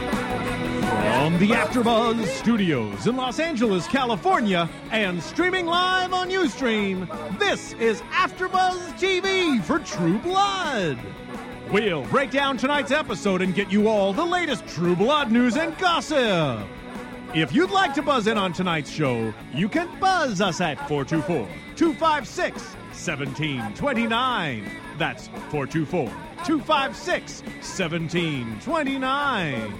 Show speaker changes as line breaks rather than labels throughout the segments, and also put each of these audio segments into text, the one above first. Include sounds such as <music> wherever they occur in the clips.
From the AfterBuzz Studios in Los Angeles, California, and streaming live on UStream, this is AfterBuzz TV for True Blood. We'll break down tonight's episode and get you all the latest True Blood news and gossip. If you'd like to buzz in on tonight's show, you can buzz us at 424 256 1729. That's 424 256 1729.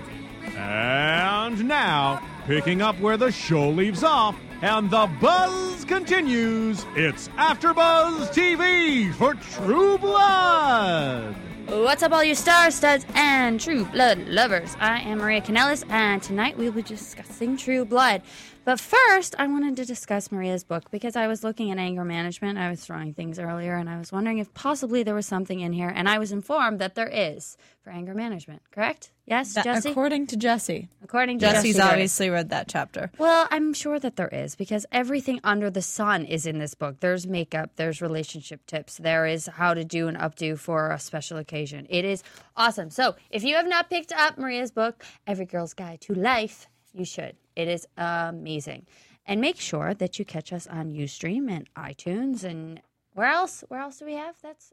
And now, picking up where the show leaves off and the buzz continues, it's AfterBuzz TV for True Blood.
What's up, all you star studs and true blood lovers? I am Maria Canellis, and tonight we will be discussing True Blood. But first, I wanted to discuss Maria's book because I was looking at anger management. I was throwing things earlier, and I was wondering if possibly there was something in here, and I was informed that there is for anger management, correct? Yes,
That-
Jesse?
According to Jesse.
According to
Jesse's
Jesse Rhodes.
obviously read that chapter.
Well, I'm sure that there is because everything under the sun is in this book. There's makeup, there's relationship tips, there is how to do an updo for a special occasion. It is awesome. So, if you have not picked up Maria's book, Every Girl's Guide to Life, you should. It is amazing. And make sure that you catch us on Ustream and iTunes and where else? Where else do we have? That's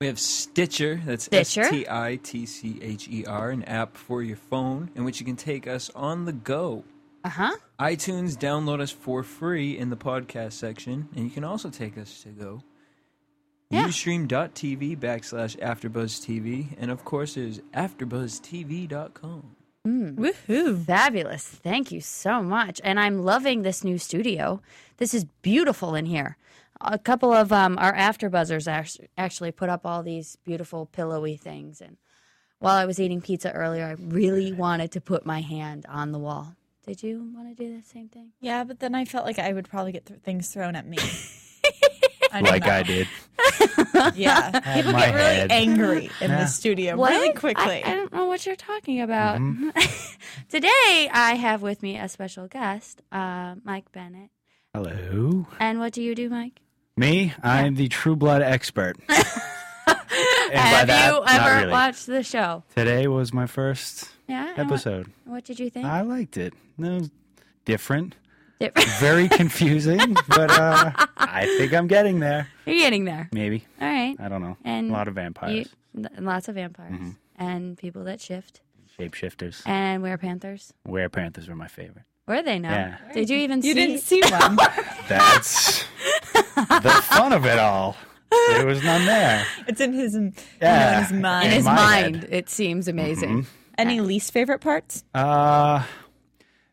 We have Stitcher. That's S
Stitcher.
T I T C H E R, an app for your phone in which you can take us on the go.
uh-huh.
iTunes download us for free in the podcast section, and you can also take us to go.
Yeah.
Ustream.tv backslash AfterBuzzTV, and of course it is AfterBuzzTV.com.
Woohoo.
Fabulous. Thank you so much. And I'm loving this new studio. This is beautiful in here. A couple of um, our afterbuzzers act- actually put up all these beautiful pillowy things. And while I was eating pizza earlier, I really wanted to put my hand on the wall. Did you want to do the same thing?
Yeah, but then I felt like I would probably get th- things thrown <laughs> at me. I don't
like
know.
I did.
<laughs> Yeah. People
my
get really
head.
angry in the studio really
I,
quickly.
I don't know what you're talking about.
Mm-hmm.
<laughs> Today, I have with me a special guest, uh, Mike Bennett.
Hello.
And what do you do, Mike?
Me? I'm the True Blood
<laughs>
expert. and by
have
that,
you
not
ever
really.
watched the show?
Today was my first
Yeah. and what-
episode.
What did you think?
I liked it. It was different,
<laughs> You're
very
<laughs>
confusing, but uh, I think I'm getting there.
getting there.
Maybe.
All right.
I don't know.
And
a lot of
You,
vampires, Mm-hmm.
and lots of vampires and people that shift
shapeshifters.
and wear panthers.
Where panthers were my favorite.
Were they now?
Yeah.
Did you even
you
see?
didn't see <laughs> one.
<laughs>
That's the fun of it all. There was none there.
it's in his, you know, in
Yeah.
his mind.
in
In
his
my
mind,
head. Mm-hmm.
it seems amazing.
Any least favorite parts?
Uh,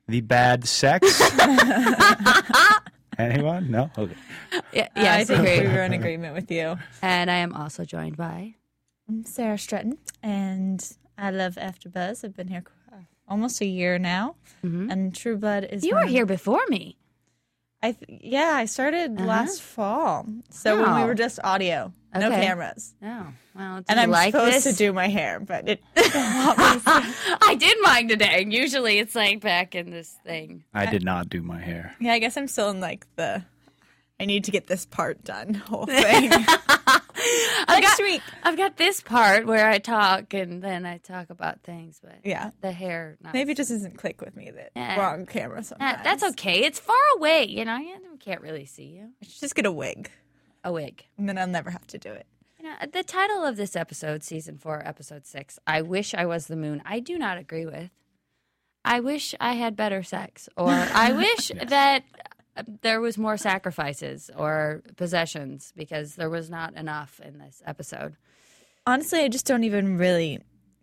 the bad
<laughs>
sex. Anyone? No. Okay.
Yeah,
Yeah, I
yes,
think we
agree.
<laughs> were in agreement with you.
And I am also joined by.
I'm Sarah Stratton, and I love AfterBuzz. I've been here uh, almost a year now, and True Blood is.
You
one
were
of-
here before me.
I th- yeah, I started last fall. So when we
Uh-huh. Wow.
were just audio, no
Okay.
cameras,
Oh, well, do you
and I'm
like
supposed
this? <laughs>
to do my hair, but it
I did mine today. Usually, it's like back in this thing.
I did not do my hair.
yeah, I guess I'm still in like the. I need to get this part done.
<laughs>
Whole thing next week.
I've got this part where I talk and then I talk about things, but
Yeah.
the hair not.
Maybe it just doesn't click with me that
Yeah.
we're on camera sometimes.
Uh, that's okay. It's far away, you know. You can't really see you.
I should just get a wig,
A wig.
and then I'll never have to do it.
You know, the title of this episode, season four, episode six, "I Wish I Was the Moon." I do not agree with. I wish I had better sex, <laughs> or I wish that uh, there was more sacrifices or possessions because there was not enough in this episode.
Honestly, I just don't even really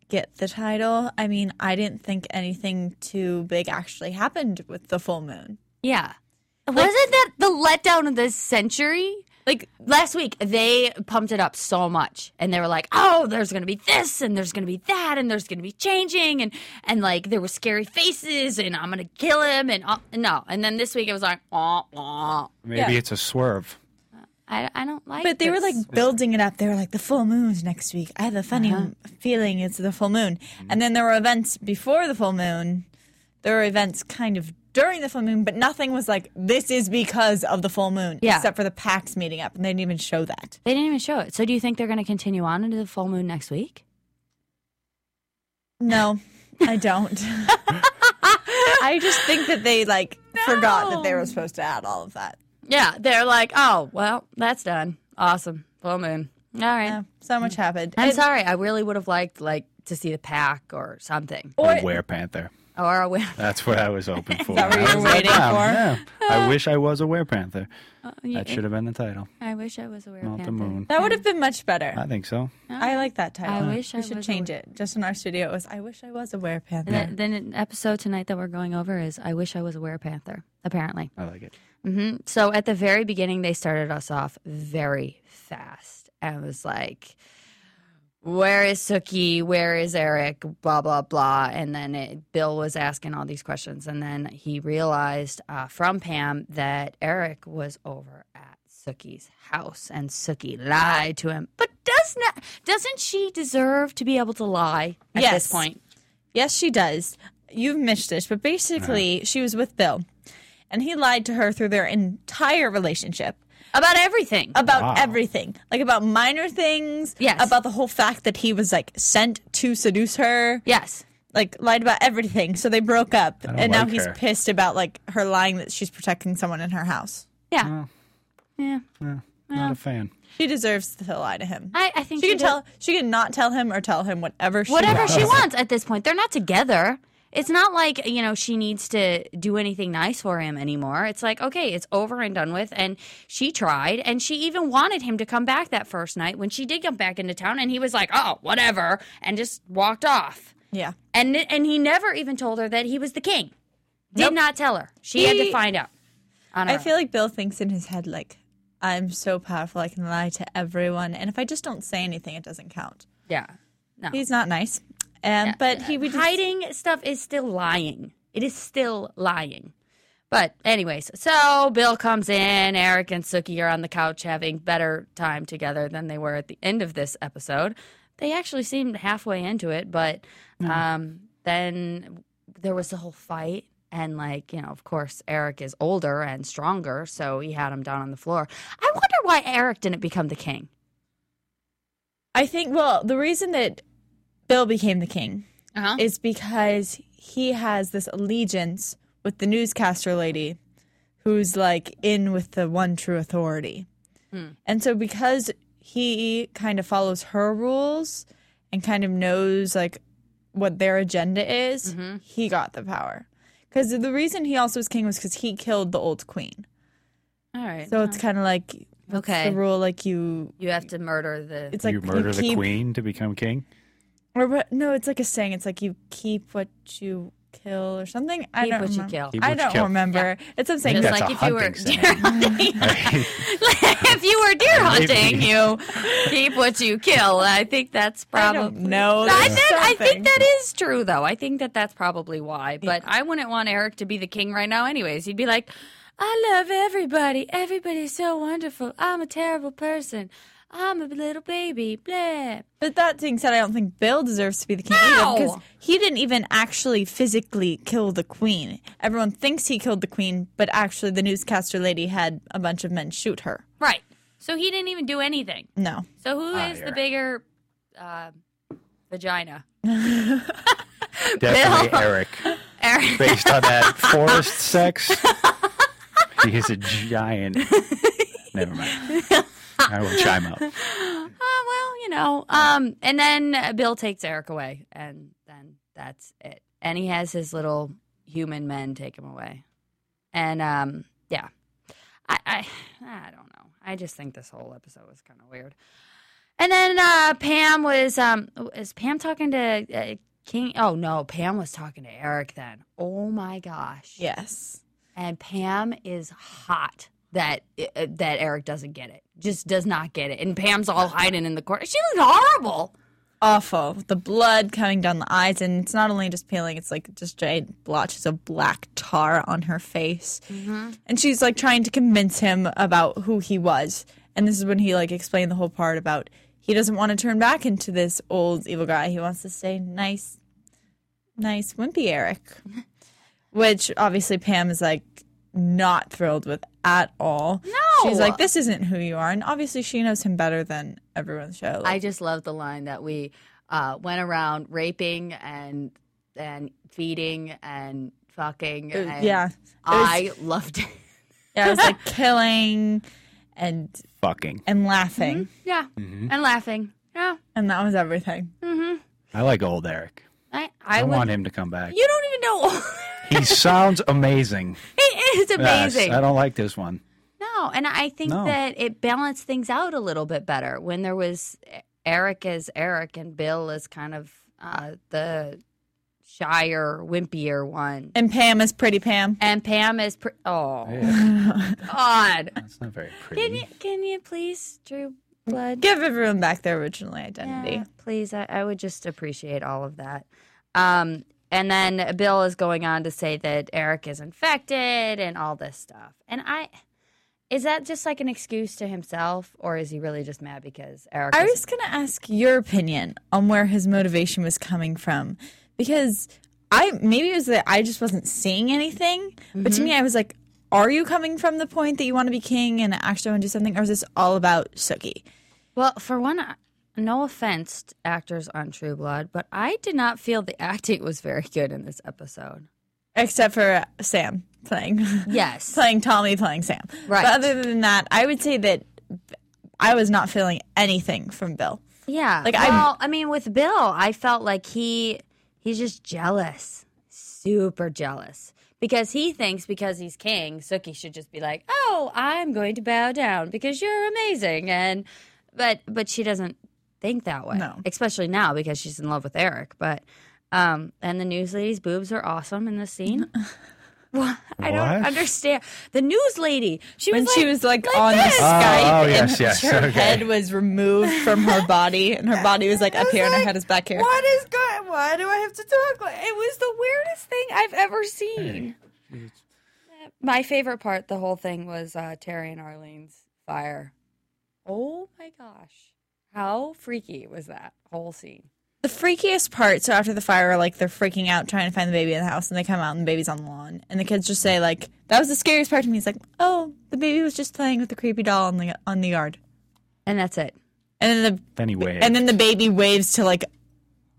get the title. I mean, I didn't think anything too big actually happened with the full moon.
Yeah. Wasn't that the letdown of this century? Like last week, they pumped it up so much, and they were like, "Oh, there's gonna be this, and there's gonna be that, and there's gonna be changing, and and like there were scary faces, and I'm gonna kill him, and uh, no." And then this week, it was like, "Oh,
Maybe
Yeah.
it's a swerve.
I, I don't like.
But they were
this.
like building it up. They were like, the full moon's next week. I have a funny feeling it's the full moon. And then there were events before the full moon. There were events kind of during the full moon, but nothing was like, this is because of the full moon,
Yeah.
except for the PAX meeting up. And they didn't even show that.
they didn't even show it. So do you think they're going to continue on into the full moon next week?
No, I don't. <laughs> I just think that they like forgot that they were supposed to add all of that.
Yeah, they're like, oh well, that's done. Awesome, full moon. All right.
Yeah, so much happened.
I'm
And-
sorry. I really would have liked like to see the pack or something
Or Wear Panther.
or a win.
<laughs> That's what I was hoping for.
that what you
I
were
was like,
waiting
"Wow, yeah, I wish I was a Wear Panther.
yeah.
That should have been the title,
I wish I was aware.
not the moon.
That would have been much better.
I think so.
I like that title.
I wish
we
I
should
was
change
aware-
it. Just in our studio, it was I wish I was a werepanther.
And then, then an episode tonight that we're going over is I wish I was a werepanther. Apparently,
I like it.
hmm so at the very beginning they started us off very fast and was like, "Where is Suki? Where is Eric? Blah blah blah." And then it, Bill was asking all these questions, and then he realized uh, from Pam that Eric was over at Suki's house, and Suki lied to him. But does not doesn't she deserve to be able to lie at this
Yes.
point?
Yes, she does. You've missed this, but basically, she was with Bill, and he lied to her through their entire relationship
About everything.
about
Wow.
everything, like about minor things.
Yes.
About the whole fact that he was like sent to seduce her.
Yes.
Like lied about everything. So they broke up,
don't
and now
like
he's
her.
pissed about like her lying that she's protecting someone in her house.
Yeah.
Oh.
yeah.
Not a fan.
She deserves to lie to him.
I, I think
she can
did-
tell. She can not tell him or tell him whatever. She
whatever
wants.
she wants at this point. They're not together. It's not like, you know, she needs to do anything nice for him anymore. It's like, okay, it's over and done with. And she tried, and she even wanted him to come back that first night when she did come back into town. And he was like, oh, whatever, and just walked off.
Yeah.
And, and he never even told her that he was the king. Did not tell her. She had to
He-
find out. on her
I
own.
feel like Bill thinks in his head, like, I'm so powerful, I can lie to everyone. And if I just don't say anything, it doesn't count.
yeah. No.
He's not nice. Um, But he would just-
hiding stuff is still lying. It is still lying. But anyways, so Bill comes in. Eric and Suki are on the couch having better time together than they were at the end of this episode. They actually seemed halfway into it, but um, then there was the whole fight. And like you know, of course, Eric is older and stronger, so he had him down on the floor. I wonder why Eric didn't become the king.
I think, well, the reason that Bill became the king
Uh-huh.
is because he has this allegiance with the newscaster lady who's like in with the one true authority.
Hmm.
And so because he kind of follows her rules and kind of knows like what their agenda is,
Mm-hmm.
he got the power. Because the reason he also was king was because he killed the old queen.
All right,
So it's kind of like what's
Okay.
the rule like you.
you have to murder the
It's like
you murder the
keep-
queen to become king.
or what? No, it's like a saying. It's like you keep what you kill or something. I
Keep
don't
what you
remem-
kill. Keep
what
I
you
don't
kill.
remember. It's what I'm saying.
Just
That's
like
a
if you were
hunting saying.
deer
<laughs>
hunting. <laughs> if you were deer hunting, you keep what you kill. I think that's
I
probably.
don't know.
I,
There's
think- I
something.
think that is true, though. I think that that's probably why. But I wouldn't want Eric to be the king right now, anyways. He'd be like, I love everybody. Everybody's so wonderful. I'm a terrible person. I'm a little baby. Blah.
But that being said, I don't think Bill deserves to be the king
No!
because he didn't even actually physically kill the queen. Everyone thinks he killed the queen, but actually, the newscaster lady had a bunch of men shoot her.
Right. So he didn't even do anything.
No,
So who is
Ah,
the
you're-
bigger uh, vagina?
Definitely Eric.
Eric.
Based on that forest sex, he is a giant. Never mind. I will chime
<laughs>
out.
oh well you know um and then uh, bill takes eric away and then that's it and he has his little human men take him away and um yeah i i, I don't know i just think this whole episode was kind of weird and then uh pam was um is pam talking to uh, king oh no pam was talking to eric then oh my gosh
yes,
and Pam is hot that uh, that Eric doesn't get it. Just does not get it. And Pam's all hiding in the corner. She looked horrible.
awful. The blood coming down the eyes, and it's not only just peeling; it's like just giant blotches of black tar on her face. And she's like trying to convince him about who he was, And this is when he like explained the whole part about he doesn't want to turn back into this old evil guy. He wants to stay nice, nice wimpy Eric, which obviously Pam is like not thrilled with at all.
No!
she's like, this isn't who you are, and obviously she knows him better than everyone on the show.
I
Like,
just love the line that we uh, went around raping and and feeding and fucking.
It-
and
yeah, It was-
I loved it. <laughs>
yeah, it was like killing and
Fucking.
and laughing,
Yeah,
Mm-hmm.
and laughing. Yeah,
and that was everything.
I like old Eric.
I
I,
I, would.
want him to come
<laughs>
back.
You don't even know.
He sounds amazing.
it is
Yes,
amazing.
I don't like this one.
no, and I think
No.
that it balanced things out a little bit better when there was Eric as Eric and Bill as kind of uh, the shyer, wimpier one.
And Pam is pretty Pam.
And Pam is pre- oh
Yeah,
<laughs> god.
that's not very
Can you
pretty.
can you please, Drew Blood?
Give everyone back their original identity.
Yeah, please, I, I would just appreciate all of that. Um, and then Bill is going on to say that Eric is infected and all this stuff. And I, is that just like an excuse to himself, or is he really just mad because Eric?
I
is-
was going to ask your opinion on where his motivation was coming from because I maybe it was that I just wasn't seeing anything, but to me, I was like, are you coming from the point that you want to be king and actually want to do something, or is this all about Sookie?
well, for one, I- no offense, to actors on True Blood, but I did not feel the <laughs> acting was very good in this episode.
Except for Sam playing, <laughs>
Yes,
playing Tommy, playing Sam.
Right.
But other than that, I would say that I was not feeling anything from Bill.
Yeah.
Like, I-
well, I mean, with Bill, I felt like he he's just jealous, super jealous, because he thinks because he's king, Suki should just be like, "Oh, I'm going to bow down because you're amazing," and but but she doesn't think that way,
No.
especially now because she's in love with Eric. But um, and the news lady's boobs are awesome in this
<laughs>
scene. What? I don't
What?
understand. The news lady, she
when
was like,
she was like, on
this.
the Skype,
Oh, oh,
and
yes, yes,
her
okay.
head was removed from her body, and her body was like up here, and her head is back here.
What is good? Why do I have to talk? Like it was the weirdest thing I've ever seen.
My favorite part, the whole thing, was uh, Terry and Arlene's fire. Oh my gosh. How freaky was that whole scene?
The freakiest part. So after the fire, like they're freaking out, trying to find the baby in the house, and they come out, and the baby's on the lawn, and the kids just say like, "That was the scariest part to me." It's like, "Oh, the baby was just playing with the creepy doll on the on the yard,"
And that's it.
and then the
Then he waves.
and then the baby waves to like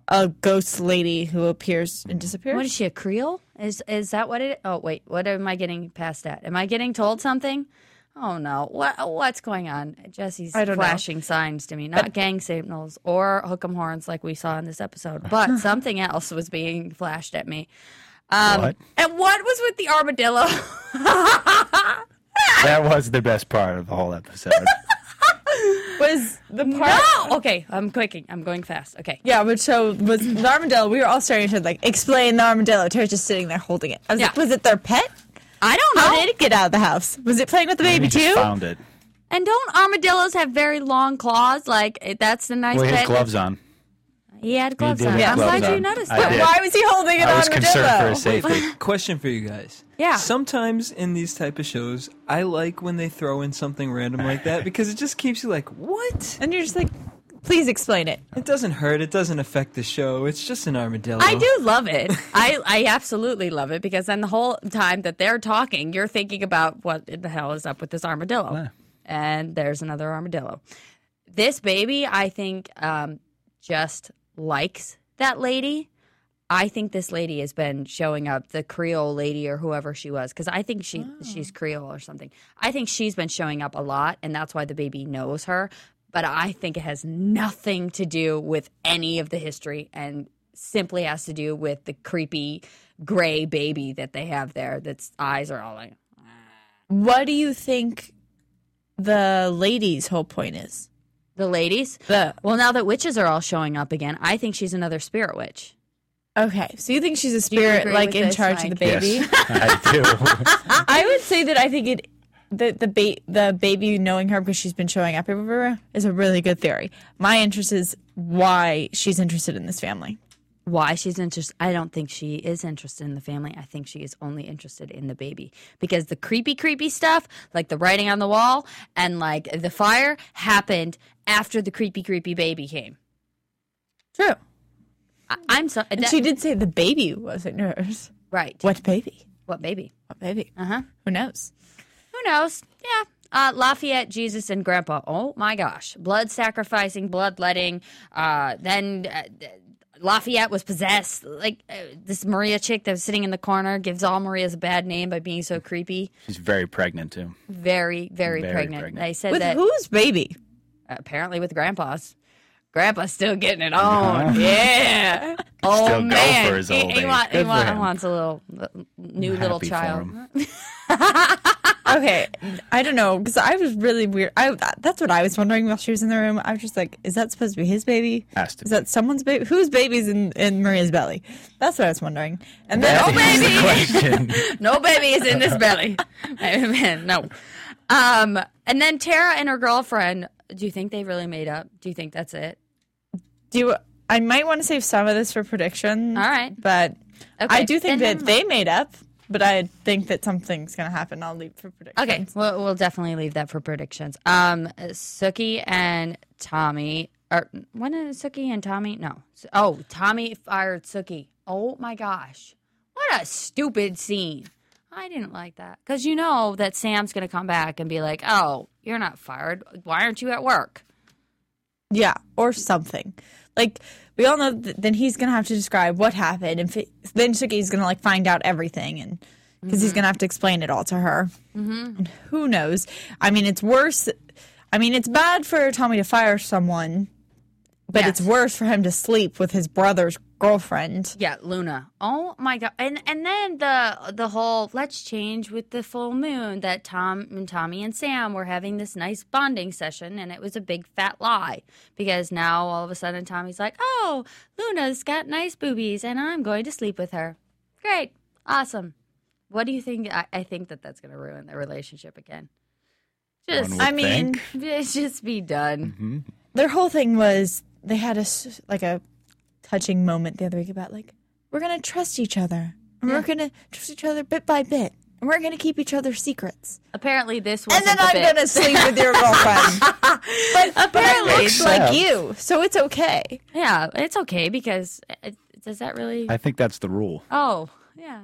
a ghost lady who appears and disappears.
What is she, a Creole? Is is that what it Oh, wait. What am I getting past at? Am I getting told something? Oh, no. What What's going on? Jesse's
I don't know.
flashing signs to me, not gang signals or hook'em horns like we saw in this episode, but something else was being flashed at me. Um,
What?
And what was with the armadillo?
that was the best part of the whole episode.
was the <laughs> part?
no! Okay, I'm quicking. I'm going fast. Okay.
Yeah, but so was the armadillo. We were all staring at each other, like, explain the armadillo. Terry's just sitting there holding it. I was like,
Yeah.
was it their pet?
I don't
How
know.
did it get out of the house? Was it playing with the
Maybe
baby
he just
too?
found it.
And don't armadillos have very long claws? Like eh, that's the nice
Well, he
bit.
had gloves on.
He had gloves
did
on.
have
I'm
gloves
glad you
on.
noticed
I
that.
did.
Why was he holding an
I was concerned for
armadillo?
his safety.
<laughs> Wait, question for you guys.
Yeah.
Sometimes in these type of shows, I like when they throw in something random like
<laughs>
that because it just keeps you like, what?
and you're just like, please explain it.
It doesn't hurt. It doesn't affect the show. It's just an armadillo.
I do love it. <laughs> I, I absolutely love it because then the whole time that they're talking, you're thinking about what in the hell is up with this armadillo. And there's another armadillo. This baby, I think, um, just likes that lady. I think this lady has been showing up, the Creole lady or whoever she was, because I think she she's Creole or something. I think she's been showing up a lot, and that's why the baby knows her. But I think it has nothing to do with any of the history, and simply has to do with the creepy gray baby that they have there. That's eyes are all like
What do you think the lady's whole point is?
the ladies.
The
Well, now that witches are all showing up again, I think she's another spirit witch.
okay, so you think she's a
you
spirit
agree
like
with
in
this,
charge
Mike?
of the baby?
Yes, I do. <laughs>
I would say that I think it the the, ba- the baby knowing her because she's been showing up everywhere is a really good theory. My interest is why she's interested in this family.
why she's interested. I don't think she is interested in the family. I think she is only interested in the baby because the creepy, creepy stuff, like the writing on the wall and like the fire, happened after the creepy, creepy baby came.
True.
I- I'm sorry.
And she did say the baby wasn't hers.
Right.
What baby? Uh-huh.
What baby?
What baby?
Uh huh.
Who knows?
Who knows? Yeah. Uh, Lafayette, Jesus, and Grandpa. Oh my gosh. Blood sacrificing, bloodletting. Uh, then uh, th- Lafayette was possessed. Like uh, this Maria chick that was sitting in the corner gives all Marias a bad name by being so creepy.
She's very pregnant too.
Very, very,
Very
pregnant.
pregnant.
They said
With
that
whose baby?
apparently with Grandpa's. Grandpa's still getting it on. Yeah.
Uh-huh.
oh,
Still go
man.
for his
He-
old
he,
age.
want- he
Good for
want-
him.
wants a little l- new
I'm
little
happy for
child.
him.
Okay, I don't know because I was really weird. I that's what I was wondering while she was in the room. I was just like, is that supposed to be his baby?
Has to
Is
be.
that someone's baby? Whose baby's in in Maria's belly? That's what I was wondering. And then
That
oh,
is
baby,
the question.
no baby is in this
<laughs>
belly. Amen. no. Um, and then Tara and her girlfriend, do you think they really made up? Do you think that's it?
do you, I might want to save some of this for prediction.
All right.
but
Okay,
I do think
then
that they made up. But I think that something's gonna happen. I'll leave for prediction.
Okay, we'll, we'll definitely leave that for predictions. Um, Suki and Tommy, or when is Suki and Tommy? No. Oh, Tommy fired Suki. Oh my gosh. What a stupid scene. I didn't like that. Because you know that Sam's going to come back and be like, oh, you're not fired. Why aren't you at work?
Yeah, or something. Like we all know that then he's gonna have to describe what happened, and fi- then Suki's gonna like find out everything, and because
Mm-hmm.
he's gonna have to explain it all to her. And who knows? I mean, it's worse. I mean, it's bad for Tommy to fire someone, but it's
Yes.
worse for him to sleep with his brother's girlfriend.
Yeah, Luna. Oh my god. And and then the the whole let's change with the full moon that Tom and Tommy and Sam were having this nice bonding session and it was a big fat lie because now all of a sudden Tommy's like, "Oh, Luna's got nice boobies and I'm going to sleep with her." Great. Awesome. What do you think I, I think that that's going to ruin their relationship again. <laughs> Just
One would
I mean,
think.
just be done.
their whole thing was they had a s- like a touching moment the other week about like we're gonna trust each other and we're gonna trust each other bit by bit and we're gonna keep each other's secrets
Apparently this was
and then i'm gonna sleep with <laughs> your girlfriend but <laughs> apparently it's like
Except-
you so it's okay
Yeah, it's okay because uh, does that really
I think that's the rule.
Oh, yeah.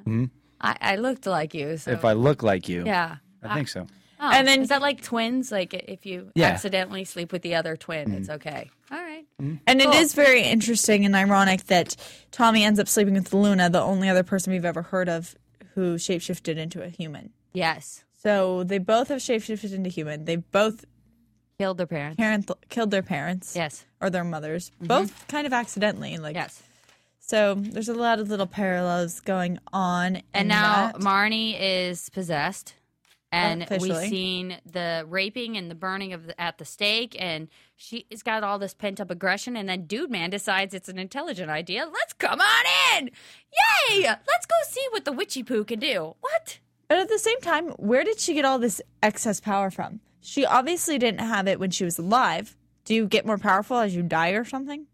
I, I looked like you. So,
Mm-hmm. If I look like you,
yeah.
I think so.
Oh,
And then-
is that like twins? Like if you
Yeah. Mm-hmm.
accidentally sleep with the other twin, it's okay. All right.
and it is very interesting and ironic that tommy ends up sleeping with luna the only other person we've ever heard of who shapeshifted into a human
Yes.
so they both have shapeshifted into human they both
Killed their parents.
parent killed their parents
Yes.
or their mothers, both kind of accidentally. Like
Mm-hmm. Yes.
so, there's a lot of little parallels going on. in
And now
that.
Marnie is possessed. And we've
Officially.
seen the raping and the burning of the, at the stake, and she's got all this pent up aggression. And then Dude Man decides it's an intelligent idea. Let's come on in, yay! Let's go see what the witchy poo can do. What?
but at the same time, where did she get all this excess power from? She obviously didn't have it when she was alive. Do you get more powerful as you die or something?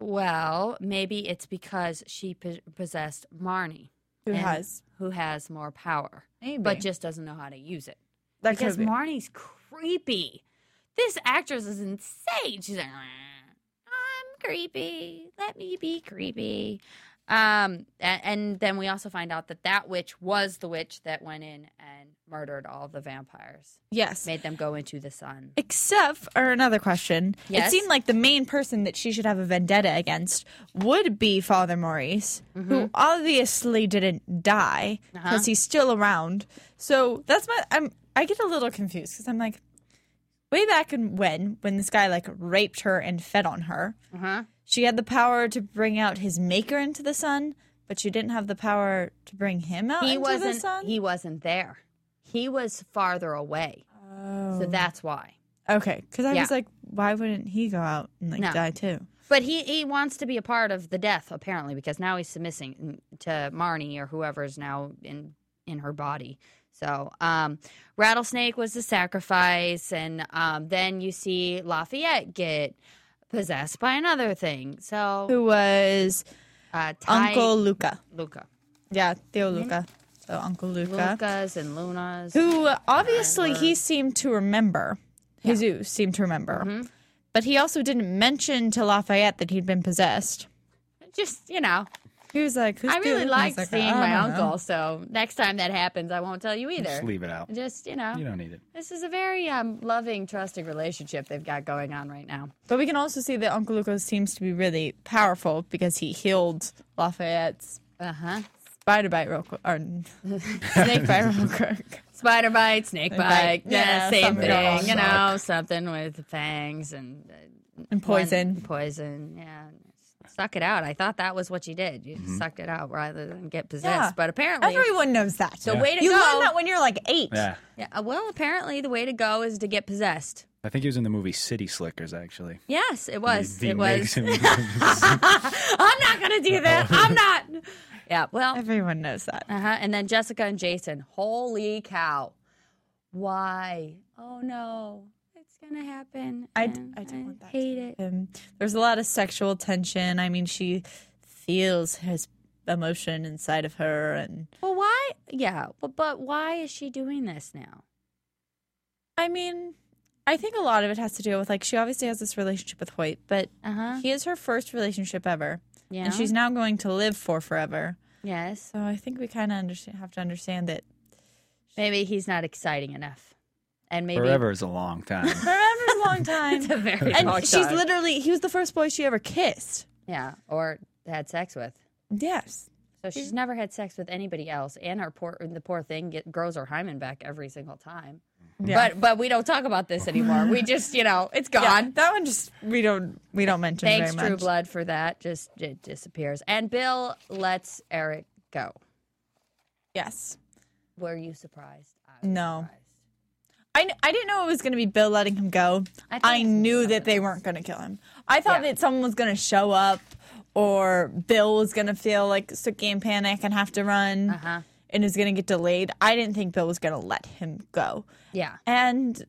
Well, maybe it's because she po- possessed Marnie,
Who
And-
has?
who has more power,
Maybe.
but just doesn't know how to use it.
That
because
could be.
Marnie's creepy. This actress is insane. She's like, I'm creepy. Let me be creepy. Um, a- and, then we also find out that that witch was the witch that went in and murdered all the vampires,
Yes.
made them go into the sun.
Except for another question.
Yes?
It seemed like the main person that she should have a vendetta against would be Father Maurice,
Mm-hmm.
who obviously didn't die
Uh-huh.
because he's still around. So that's my I'm I get a little confused because I'm like way back in when when this guy like raped her and fed on her.
Uh-huh.
She had the power to bring out his maker into the sun, but she didn't have the power to bring him out
He
into the sun.
wasn't. He wasn't there. He was farther away.
Oh.
So that's why.
okay, because I
Yeah.
was like, why wouldn't he go out and like
No.
die too?
But he, he wants to be a part of the death, apparently, because now he's submitting to Marnie or whoever's now in in her body. So um, rattlesnake was the sacrifice, and um, then you see Lafayette get possessed by another thing. So
who was
uh, Ty,
Uncle Luca.
Luca,
Yeah, Theo Luca. So Uncle Luca.
Lucas and Lunas.
Who uh, obviously he seemed to remember. Jesus seemed to remember.
Mm-hmm.
But he also didn't mention to Lafayette that he'd been possessed.
Just you know,
He was like, Who's
I
Theo
really
Luca?
like
He's like,
seeing
"I
my
don't know."
uncle. So next time that happens, I won't tell you either.
Just leave it out.
Just you know,
You don't need it.
this is a very um, loving, trusting relationship they've got going on right now.
But we can also see that Uncle Luca seems to be really powerful because he healed Lafayette's
Uh
Uh-huh.
huh.
spider bite real quick, or <laughs> snake bite
<laughs>
real quick.
Spider bite, snake bite,
bite,
yeah,
yeah,
same
something
thing,
along
you
those
know, something with fangs and uh,
And poison.
one- poison, yeah. Suck it out. I thought that was what you did. You
Mm-hmm.
sucked it out rather than get possessed.
Yeah.
But apparently,
Everyone knows that.
the way to
You
go.
learn that when you're like eight.
Yeah.
Yeah, uh, well, apparently, the way to go is to get possessed.
I think he was in the movie City Slickers, actually.
Yes, it was.
He
it was.
makes him-
<laughs> I'm not gonna do that. I'm not. Yeah. Well.
Everyone knows that.
Uh huh. And then Jessica and Jason. Holy cow! Why? Oh no! It's gonna happen.
I, d-
and
I don't want that. to
Hate it.
happen. There's a lot of sexual tension. I mean, she feels his emotion inside of her, and
Well, why? Yeah, but, but why is she doing this now?
I mean, I think a lot of it has to do with like she obviously has this relationship with Hoyt, but
Uh huh.
he is her first relationship ever,
Yeah.
and she's now going to live for forever.
yes.
So I think we kind of understand, have to understand that
Maybe he's not exciting enough, and maybe
Forever is a long time.
forever's a long
<laughs>
time.
it's a <laughs> very
and
long
she's
time.
literally he was the first boy she ever kissed.
yeah, or had sex with.
Yes.
So she's never had sex with anybody else, and her poor and the poor thing get, grows her hymen back every single time.
Mm-hmm. Yeah.
But but we don't talk about this anymore. We just you know it's gone.
Yeah, that one just we don't we don't mention
Thanks,
very
True
much.
Blood, for that. Just it disappears. And Bill lets Eric go.
Yes.
Were you surprised? I was
No.
surprised.
I, kn- I didn't know it was going to be Bill letting him go.
I
I,
thought it was
knew that they weren't going to kill him. I thought
Yeah.
that someone was going to show up or Bill was going to feel like sick and panic and have to run
Uh-huh.
and is going to get delayed. I didn't think Bill was going to let him go.
Yeah.
And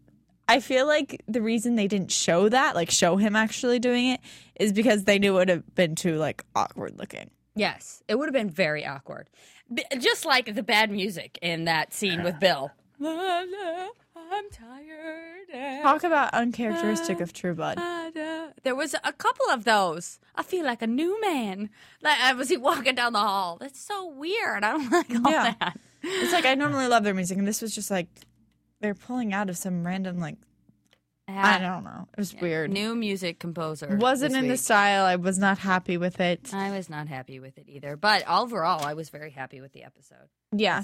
I feel like the reason they didn't show that, like show him actually doing it, is because they knew it would have been too like awkward looking.
Yes. It would have been very awkward. B- just like the bad music in that scene with
<laughs>
Bill. La, la, I'm tired. and-
Talk about uncharacteristic of True Blood.
There was a couple of those. I feel like a new man. Like I was <laughs> walking down the hall. That's so weird. I don't <laughs> like all
Yeah.
that.
It's like I normally love their music, and this was just like they're pulling out of some random like I don't know. It was weird.
New music composer.
Wasn't in the
this.
style. I was not happy with it.
week. I was not happy with it either. But overall, I was very happy with the episode.
Yeah.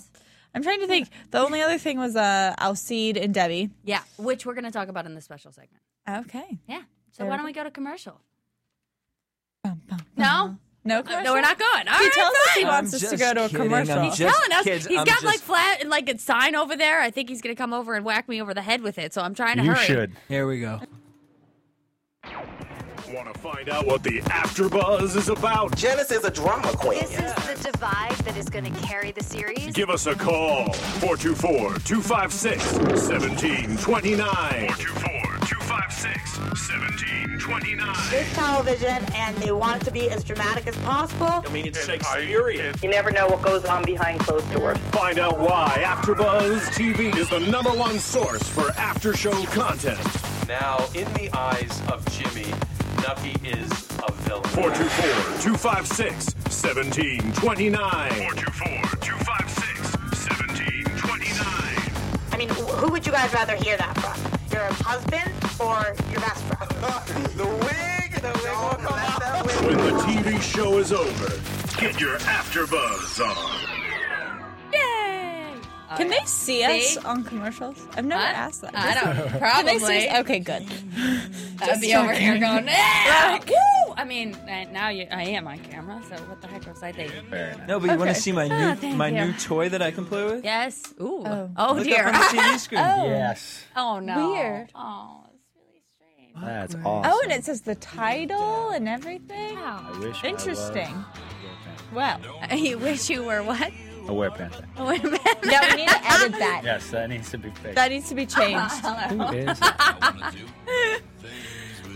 I'm trying to think. The only other thing was uh Alcide and Debbie.
Yeah, which we're going to talk about in the special segment.
Okay.
Yeah. So why don't we go to commercial?
Bum, bum, bum.
No,
No
Uh,
Uh-huh. commercial?
no, we're not going. All
He
right,
tells us he
fine.
wants us to
just
go to a
kidding, I'm
commercial.
just-
telling us
kids,
he's
I'm
got
just-
like flat, like a sign over there. I think he's going to come over and whack me over the head with it. So I'm trying to
you
hurry.
should.
Here we go.
Want to find out what the AfterBuzz is about?
Janice is a drama queen.
This is the divide that is going to carry the series.
Give us a call. 424-256-1729. 424-256-1729.
It's television, and they want it to be as dramatic as possible.
I mean, it's Shakespearean.
You never know what goes on behind closed doors.
Find out why AfterBuzz TV is the number one source for after-show content.
Now, in the eyes of Jimmy, Nucky is a villain.
424-256-1729. 424-256-1729.
I mean, wh- who would you guys rather hear that from? Your husband or your best friend?
<laughs> The wig. The wig will come out.
When the TV show is over, get your AfterBuzz on.
Yay!
Can they see us
See?
on commercials? I've never asked that.
I don't.
Can
Probably.
they see us? Okay, good.
I'd be over here going, "Ah, woo!" I mean, uh, now you, I am on camera, so what the heck was I thinking?
Fair enough.
No, but you want
Okay.
to see my new
Oh, thank
my
you.
new toy that I can play with?
Yes. Ooh. Oh,
Oh.
Look
dear.
up on the TV
<laughs>
screen.
Yes.
oh no.
Weird.
Oh, it's really strange.
That's awesome.
Oh, and it says the title and everything.
Wow.
I wish I was
Interesting. Well,
You wish you were what?
a werepanther.
Wait a minute.
yeah, we need to edit that.
<laughs>
Yes, that needs to be fixed.
That needs to be changed.
Who is?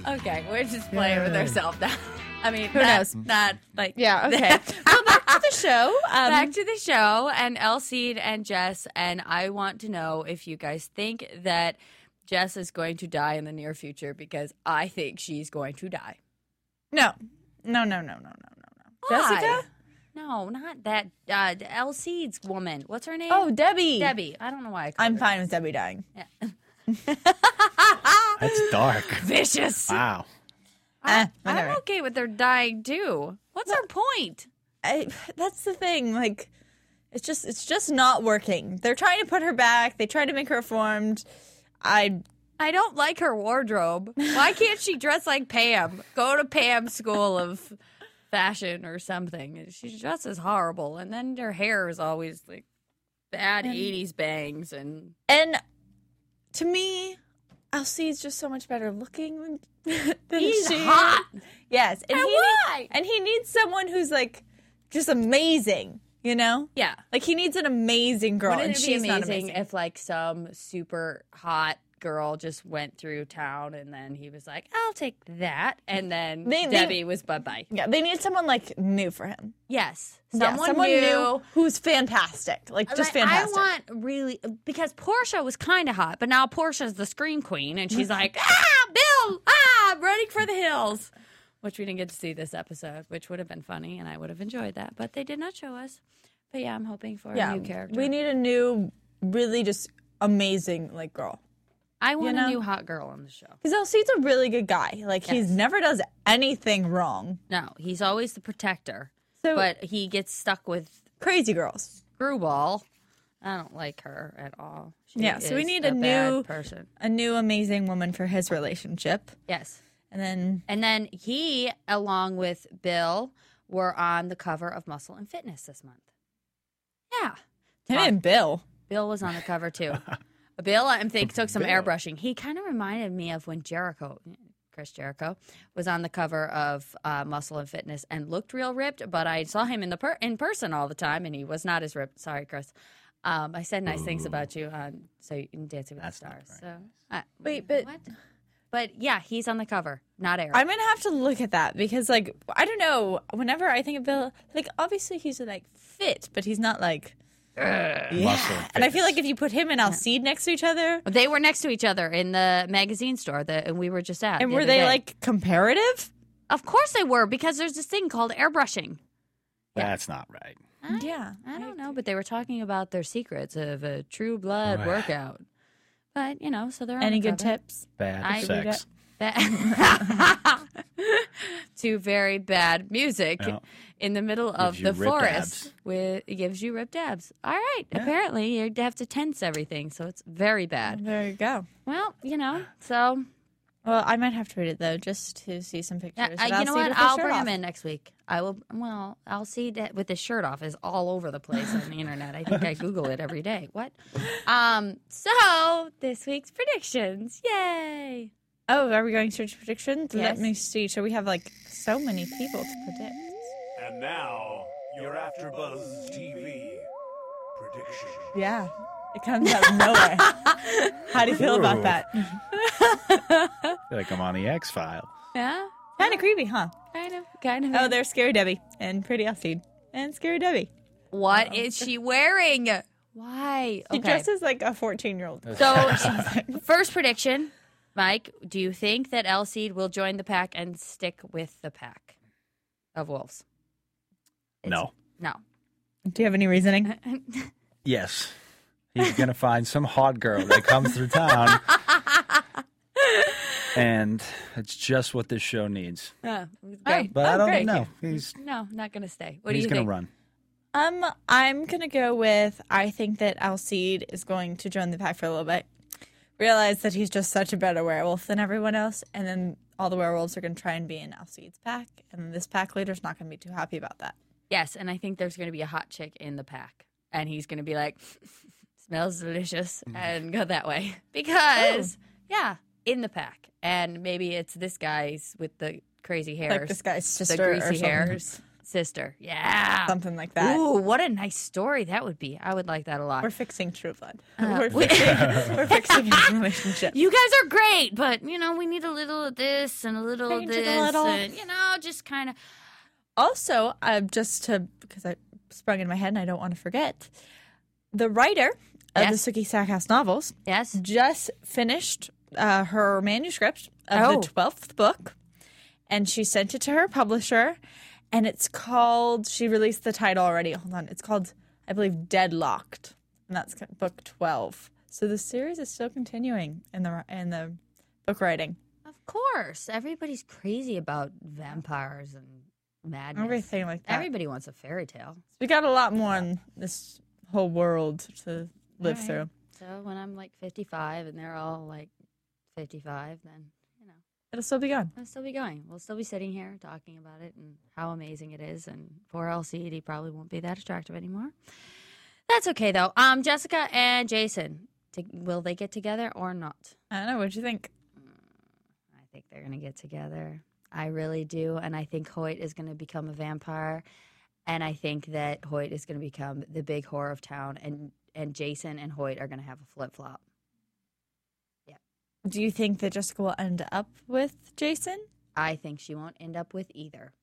Okay, we're just playing with
Yay.
ourselves now. I mean,
Who
not,
knows?
Not like
Yeah, okay.
<laughs> well, back to the show.
um,
back to the show, and Elseed and Jess, and I want to know if you guys think that Jess is going to die in the near future because I think she's going to die.
No, no, no, no, no, no, no, no.
Why?
Jessica?
No, not that. Uh, Elseed's woman. What's her name?
Oh, Debbie.
Debbie. I don't know why. I called
I'm
her
fine with Debbie dying.
That's dark.
Vicious.
Wow.
Ah, <laughs>
I'm
whatever.
okay with their dying too. What's our point?
I, that's the thing. Like, it's just it's just not working. They're trying to put her back. They try to make her reformed. I
I don't like her wardrobe. Why can't she dress like Pam? Go to Pam's school of fashion or something. She dresses horrible, and then her hair is always like bad
And-
'80s bangs and
and to me, Elsie's just so much better looking than, <laughs> than
He's
she.
hot.
Yes, and,
And
he
why?
and he needs someone who's like just amazing. You know,
yeah.
like he needs an amazing girl,
Wouldn't
and
it be
she's
amazing,
not amazing.
if like some super hot girl just went through town and then he was like, "I'll take that," and then
They- they-
Debbie was bye bye.
yeah, they need someone like new for him.
Yes,
Yeah,
someone, new.
who's fantastic, like just
Like,
fantastic.
I want really because Portia was kind of hot, but now Portia's the scream queen, and <laughs> she's like, "Ah, Bill, ah, I'm running for the hills," which we didn't get to see this episode, which would have been funny, and I would have enjoyed that, but they did not show us. But yeah, I'm hoping for a new character.
We need a new, really just amazing like girl.
I want
know?
a new hot girl on the show.
Because Elsie's a really good guy. Like he's never does anything wrong.
No, he's always the protector,
So
but he gets stuck with
crazy girls,
screwball. I don't like her at all. She
Yeah, so we
is
need
a,
a
bad
new-
person.
a new amazing woman for his relationship,
Yes.
and then
And then he, along with Bill, were on the cover of Muscle and Fitness this month. Yeah.
him and Bill.
Bill was on the cover
<laughs>
too. Bill, I'm think took some airbrushing. He kind of reminded me of when Jericho, Chris Jericho, was on the cover of uh, Muscle and Fitness and looked real ripped. But I saw him in the per- in person all the time, and he was not as ripped. Sorry, Chris. Um, I said nice things about you on so you in Dancing with the Stars. So I,
Wait, but
what? But yeah, he's on the cover, not Eric.
I'm gonna have to look at that because like I don't know. Whenever I think of Bill, like obviously he's like fit, but he's not like.
Uh,
yeah.
Muscle and
and I
fitness.
feel like if you put him and Alcide next to each other,
they were next to each other in the magazine store that and we were just at.
and
the
were
other
they
day.
like comparative?
Of course they were, because there's this thing called airbrushing.
That's not right.
Yeah.
I don't know, but they were talking about their secrets of a True Blood
Ugh.
workout. But you know, so they're on
Any
the
good
<laughs> cover.
tips?
Bad
I-
sex.
Ba- to very bad music
Yeah.
in the middle of
you
the
ripped
forest.
abs.
With it gives you ripped abs. All right. Apparently you have to tense everything, so it's very
Mm-hmm.
bad.
There you go.
Well, you know, so
Well, I might have to read it though, just to see some
Yeah,
pictures.
I-
But
you know
see it
what?
with the
I'll
shirt
bring
off.
him in next week. I will. Well, I'll see that with his shirt off is all over the place on the internet. I think I Google it every day. What? Um. So this week's predictions. Yay!
Oh, are we going to predictions?
Yes.
Let me see. So we have like so many people to predict.
And now, your AfterBuzz TV prediction.
Yeah. It comes out
<laughs>
of nowhere. How do you feel
Ooh.
about that?
I feel like I'm on the X file.
Yeah.
Kind of creepy, huh?
Kind of. Kind of.
Oh, there's Scary Debbie and Pretty Alcide and Scary Debbie.
What is she wearing? Why?
oh. She dresses like a 14 year old. <laughs>
So <laughs> first prediction, Mike. Do you think that Elseed will join the pack and stick with the pack of wolves?
No.
No. <laughs>
Do you have any reasoning?
Yes. He's going to find some hot girl that comes through town. and it's just what this show needs.
Uh,
But I don't know. He's
No, not gonna stay. What
he's
do you
going to
think?
run.
Um, I'm gonna go with I think that Alcide is going to join the pack for a little bit. Realize that he's just such a better werewolf than everyone else, and then all the werewolves are gonna try and be in Alcide's pack, and this pack leader's not gonna be too happy about that.
Yes, and I think there's going to be a hot chick in the pack, and he's going to be like, <laughs> "Smells delicious,"
Mm.
and go that
<laughs>
way
Oh.
because yeah, in the pack, and maybe it's this guy's with the crazy hairs,
Like this guy's sister
the
or
greasy
something.
hairs, sister. Yeah.
Something like that.
Ooh, what a nice story that would be. I would like that a lot.
We're fixing True Blood.
<laughs> Uh,
we're,
we- <laughs>
fixing, we're fixing his relationship.
You guys are great, but you know, we need a little of this and a little of
Change it a
this.
little.
And, you know, just kind of.
Also, uh, just to because I sprung in my head and I don't want to forget, the writer of the Suki Sackhouse novels,
yes,
just finished uh, her manuscript of
Oh.
the twelfth book, and she sent it to her publisher, and it's called. She released the title already. Hold on, it's called I believe Deadlocked, and that's co- book twelve. So the series is still continuing in the in the book writing.
Of course. Everybody's crazy about vampires and madness.
Everything like that.
Everybody wants a fairy tale.
We got a lot more in this whole world to live
All right.
through.
So when I'm like 55 and they're all like 55, then
It'll still be gone.
I'll still be going. We'll still be sitting here talking about it and how amazing it is. And poor LCD E probably won't be that attractive anymore. That's okay though. Um, Jessica and Jason, t- will they get together or not?
I don't know. What do you think?
I think they're gonna get together. I really do, and I think Hoyt is gonna become a vampire, and I think that Hoyt is gonna become the big whore of town, and and Jason and Hoyt are gonna have a flip flop.
Do you think that Jessica will end up with Jason?
I think she won't end up with either.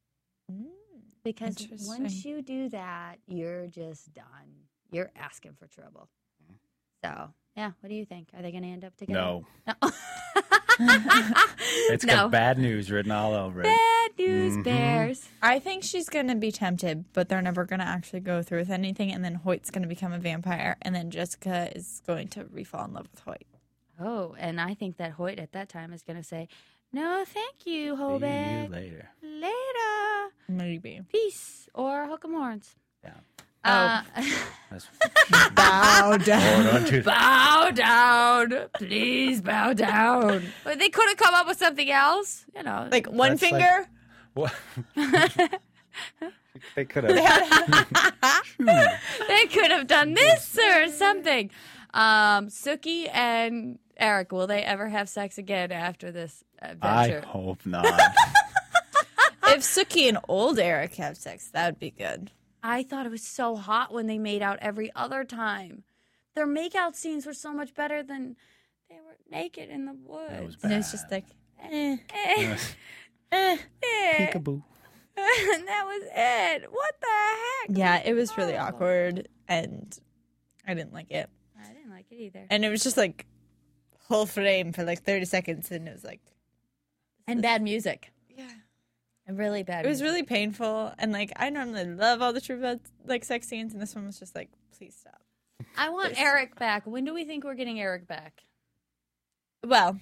Because once
interesting.
you do that, you're just done. You're asking for trouble. So, yeah, what do you think? Are they going to end up together?
No.
No. <laughs>
It's
No.
got bad news written all over it.
Bad
Mhm.
I think she's going to be tempted, but they're never going to actually go through with anything. And then Hoyt's going to become a vampire, and then Jessica is going to refall in love with Hoyt.
Oh, and I think that Hoyt at that time is going to say, no, thank you, Hobet.
later.
Later.
Maybe.
Peace. Or hook 'em horns.
Yeah.
Oh.
Uh, <laughs>
That's
Oh,
<laughs>
Bow
down. Hold on to-
bow down. Please bow down. But they could have come up with something else. You know.
Like one
That's like-
finger?
what? they could have.
<laughs> they could have done this or something. Um, Suki and Eric, will they ever have sex again after this
I
adventure?
hope not.
if Suki and old Eric have sex, that would be good.
I thought it was so hot when they made out every other time. Their makeout scenes were so much better than they were naked in the woods.
That was
And
bad.
it's just like, eh,
Eh,
<laughs>
eh.
eh.
Peekaboo.
and <laughs> that was it. What the heck?
Yeah, it was really awkward, and I didn't like it.
I didn't like it either.
And it was just like whole frame for like 30 seconds, and it was like,
And bad music. Yeah. Really bad.
It was
music.
really painful, and like I normally love all the True Blood like sex scenes, and this one was just like, please stop.
I want Eric back. When do we think we're getting Eric back?
Well,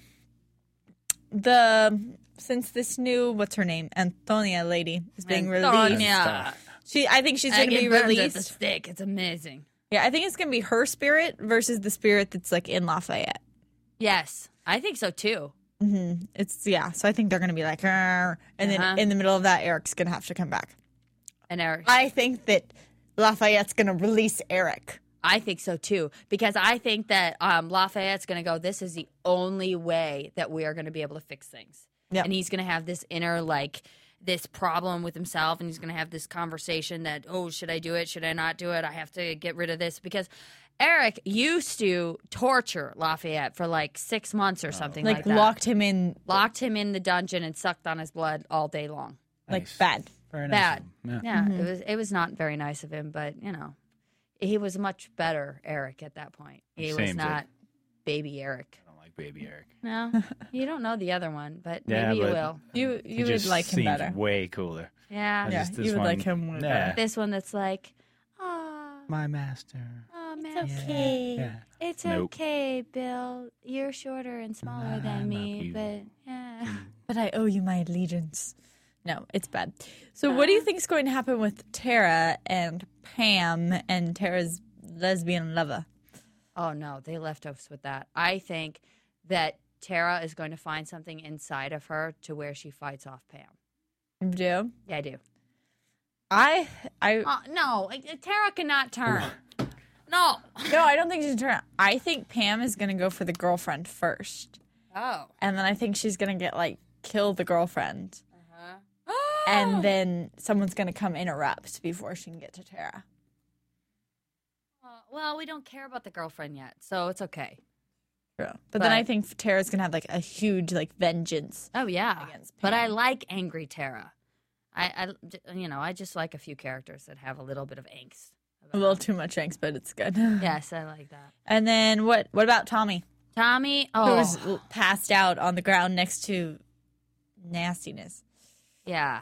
the since this new what's her name Antonia lady is being
oh, Antonia.
released, she I think she's
I
going to
get
be
burned at the
released.
stick. It's amazing.
Yeah, I think it's going to be her spirit versus the spirit that's like in Lafayette.
Yes, I think so too.
hmm It's yeah, so I think they're going to be like, "Arr," and
Uh-huh.
then in the middle of that, Eric's going to have to come back.
And Eric,
I think that Lafayette's going to release Eric.
I think so too, because I think that um, Lafayette's going to go. This is the only way that we are going to be able to fix things,
Yep.
and he's going to have this inner like this problem with himself, and he's going to have this conversation that oh, should I do it? Should I not do it? I have to get rid of this because Eric used to torture Lafayette for like six months or something like,
Like,
that.
locked him in
locked him in the dungeon and sucked on his blood all day long.
like
Nice.
bad.
Very nice
Bad.
of him. Yeah.
Yeah, it was it was not very nice of him, but you know, he was much better Eric at that point. He was
Seems it.
not baby Eric.
I don't like baby Eric.
No, <laughs> you don't know the other one, but
Yeah,
maybe you
but-
will.
You
He
you would
just
like him
seems
better.
Way cooler.
Yeah.
I
Yeah,
just-
you
this
would like
one-
him way
Nah.
This one that's like, oh,
My master.
oh man,
Yeah.
it's okay.
Yeah.
It's
Nope.
okay, Bill. You're shorter and smaller
I
than
love
me,
you.
but yeah.
Mm.
But I owe you my allegiance. No, it's bad. So what do you think's going to happen with Tara and Pam and Tara's lesbian lover?
Oh no, they left us with that. I think that Tara is going to find something inside of her to where she fights off Pam.
You do?
Yeah, I do.
I I
Uh, no, uh, Tara cannot turn. no.
no, I don't think she's turn. I think Pam is gonna go for the girlfriend first.
Oh.
And then I think she's gonna get like kill the girlfriend. and then someone's going to come interrupt before she can get to Tara.
Uh, well, we don't care about the girlfriend yet, so it's okay.
True. But, then I think Tara's going to have like a huge like vengeance.
Oh yeah, but I like angry Tara. I, I, you know, I just like a few characters that have a little bit of <laughs> angst.
A little too much angst, but it's good. <laughs>
Yes, I like that.
And then what what about Tommy?
Tommy, oh,
Who's l- passed out on the ground next to nastiness.
yeah.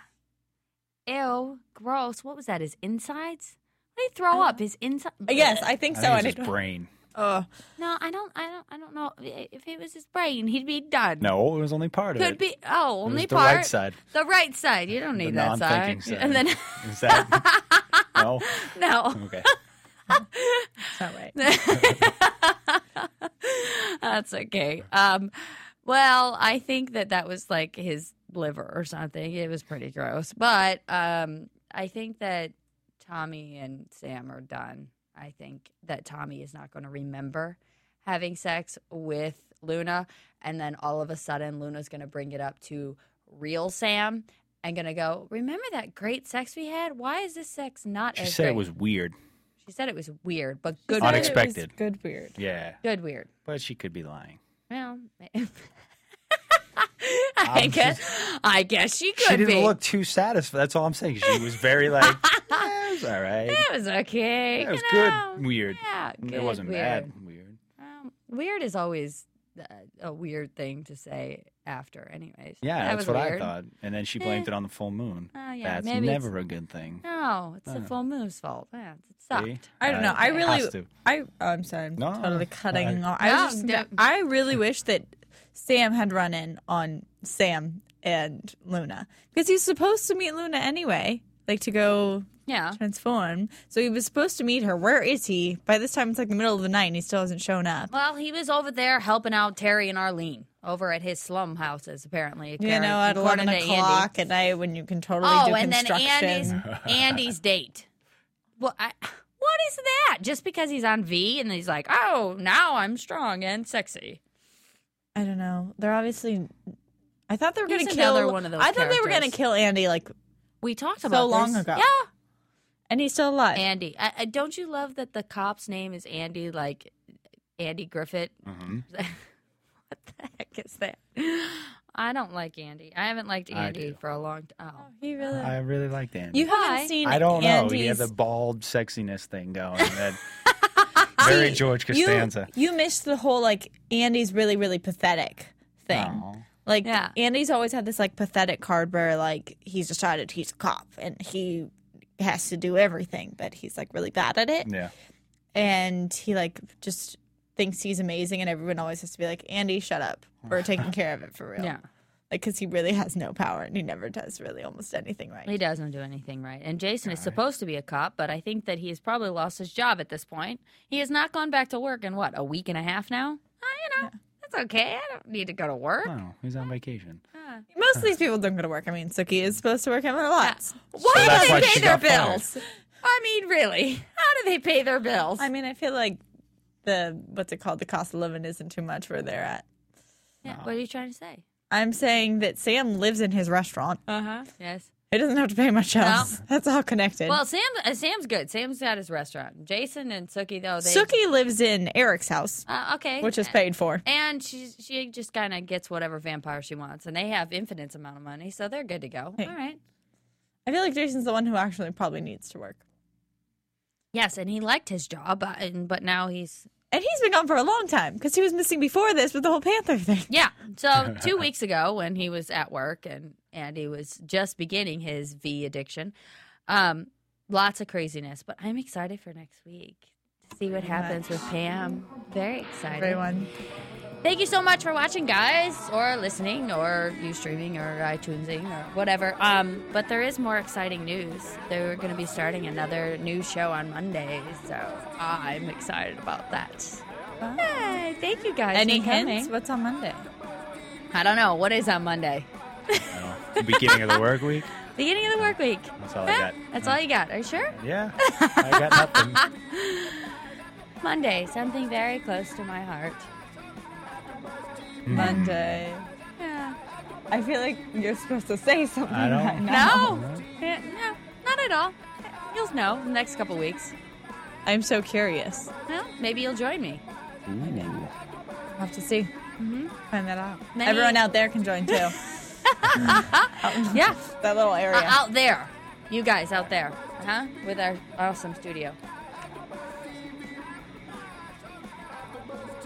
Ew, gross. What was that? His insides? What did he throw up? His inside?
Yes, I think so.
I think
I
it's his
don't-
brain.
Oh.
No, I don't. I don't. I don't know if it was his brain. He'd be done.
No, it was only part of
Could
it.
be. Oh,
It was
only
the
part.
right side.
The right side. You don't
The
need that
non-thinking
side.
side.
And then
Is
<laughs>
that no?
no.
Okay.
<laughs> That's okay. Um, well, I think that that was like his liver or something. It was pretty gross, but um, I think that Tommy and Sam are done. I think that Tommy is not going to remember having sex with Luna, and then all of a sudden, Luna's going to bring it up to real Sam and going to go, "Remember that great sex we had? Why is this sex not
She
as
said
great?"
it was weird.
she said it was weird, but good,
said it was Unexpected.
good weird,
Yeah,
good weird.
but she could be lying.
Well, <laughs> I guess I guess she could
she didn't
be.
look too satisfied. That's all I'm saying. She was very
<laughs>
like, yeah, it was all right.
it was okay.
Yeah, it was
you
good.
know.
Weird.
Yeah,
it
good,
wasn't
weird.
bad. Weird.
Um, weird is always uh, a weird thing to say after, anyways.
Yeah,
that
that's
was
what
weird.
I thought. And then she blamed
Eh.
it on the full moon.
Oh, yeah,
that's
maybe it's-
never a good thing.
No, it's
Oh.
the full moon's fault. Yeah, it sucked.
See?
I don't know. I really,
Uh, has to.
I, oh, I'm sorry, I'm
No,
totally cutting
I-
off. I, was
No,
just, I really wish that Sam had run in on Sam and Luna because he's supposed to meet Luna anyway, like to go
Yeah.
transform. So he was supposed to meet her. Where is he? By this time, it's like the middle of the night, and he still hasn't shown up.
Well, he was over there helping out Terry and Arlene over at his slum houses, apparently.
you
Terry-
know, at
according
eleven
to Andy.
o'clock at night when you can totally
oh,
do
and then
construction.
Andy's
<laughs>
Andy's date. Well, I, what is that? Just because he's on V and he's like, oh, now I'm strong and sexy.
I don't know. They're obviously. I thought they were going to
He's
kill.
another one of those
I thought they were going to
characters.
kill Andy like
We talked
So
about
long
this.
ago.
Yeah,
And he's still alive.
Andy. I, I, don't you love that the cop's name is Andy, like Andy Griffith?
Mhm.
<laughs> what the heck is that? I don't like Andy. I haven't liked
I
Andy
do.
for a long time. Oh.
he really.
I really liked Andy.
you haven't
Why?
seen.
I don't know. He had
Andy's-
the bald sexiness thing going.
<laughs>
That very
See,
George
you-
Costanza.
You, missed the whole like Andy's really really pathetic thing.
Aw.
Like
Yeah.
Andy's always had this like pathetic card where like he's decided he's a cop and he has to do everything, but he's like really bad at it.
Yeah.
and he like just thinks he's amazing and everyone always has to be like andy shut up
<laughs>
we're taking care of it for real
Yeah.
like because he really has no power and he never does really almost anything right
He doesn't do anything right. And Jason is supposed to be a cop, but I think that he has probably lost his job at this point. He has not gone back to work in what, a week and a half now? Oh, you know, that's okay. I don't need to go to work.
No, Oh, he's on
<laughs>
vacation.
most of these
uh-huh.
people don't go to work i mean suki is supposed to work in their lots
Why
So
<laughs>
that's
do
why
they
she
pay their
got fired.
bills? I mean, really, how do they pay their bills?
i mean i feel like the what's it called the cost of living isn't too much where they're at
Yeah, what are you trying to say?
i'm saying that sam lives in his restaurant
Uh huh. Yes.
he doesn't have to pay much else <laughs> that's all connected
Well, Sam, uh, Sam's good. Sam's got his restaurant. Jason and Suki though, they
suki lives in eric's house
uh, okay,
which is paid for
And she she just kind of gets whatever vampire she wants, and they have infinite amount of money, so they're good to go.
Hey.
All right.
i feel like jason's the one who actually probably needs to work
Yes, and he liked his job, uh, and, but now he's
And he's been gone for a long time because he was missing before this with the whole Panther thing.
yeah. So two weeks ago, when he was at work and and he was just beginning his V addiction, um, lots of craziness. But I'm excited for next week to see what happens with Pam. Very excited.
Everyone.
Thank you so much for watching, guys, or listening, or you streaming, or iTunesing, or whatever. Um, but there is more exciting news. They're going to be starting another new show on Monday, so I'm excited about that. Hey, thank you guys.
Any
for coming.
hints? What's on Monday?
I don't know. What is on Monday?
The beginning of the work week.
Beginning of the work week.
That's
Eh,
all I got.
That's all you got. Are you sure?
Yeah. I got nothing.
Monday, something very close to my heart.
Monday.
Yeah.
I feel like you're supposed to say something
I don't-
right now.
No, Eh, no, not at all. You'll know in the next couple weeks.
I'm so curious.
Well, maybe you'll join <laughs> me.
Ooh.
I'll have to see. Mm-hmm. Find that out.
Many-
Everyone out there can join too.
yeah,
that little
Uh,
area.
out there, you guys out there, huh? With our awesome studio.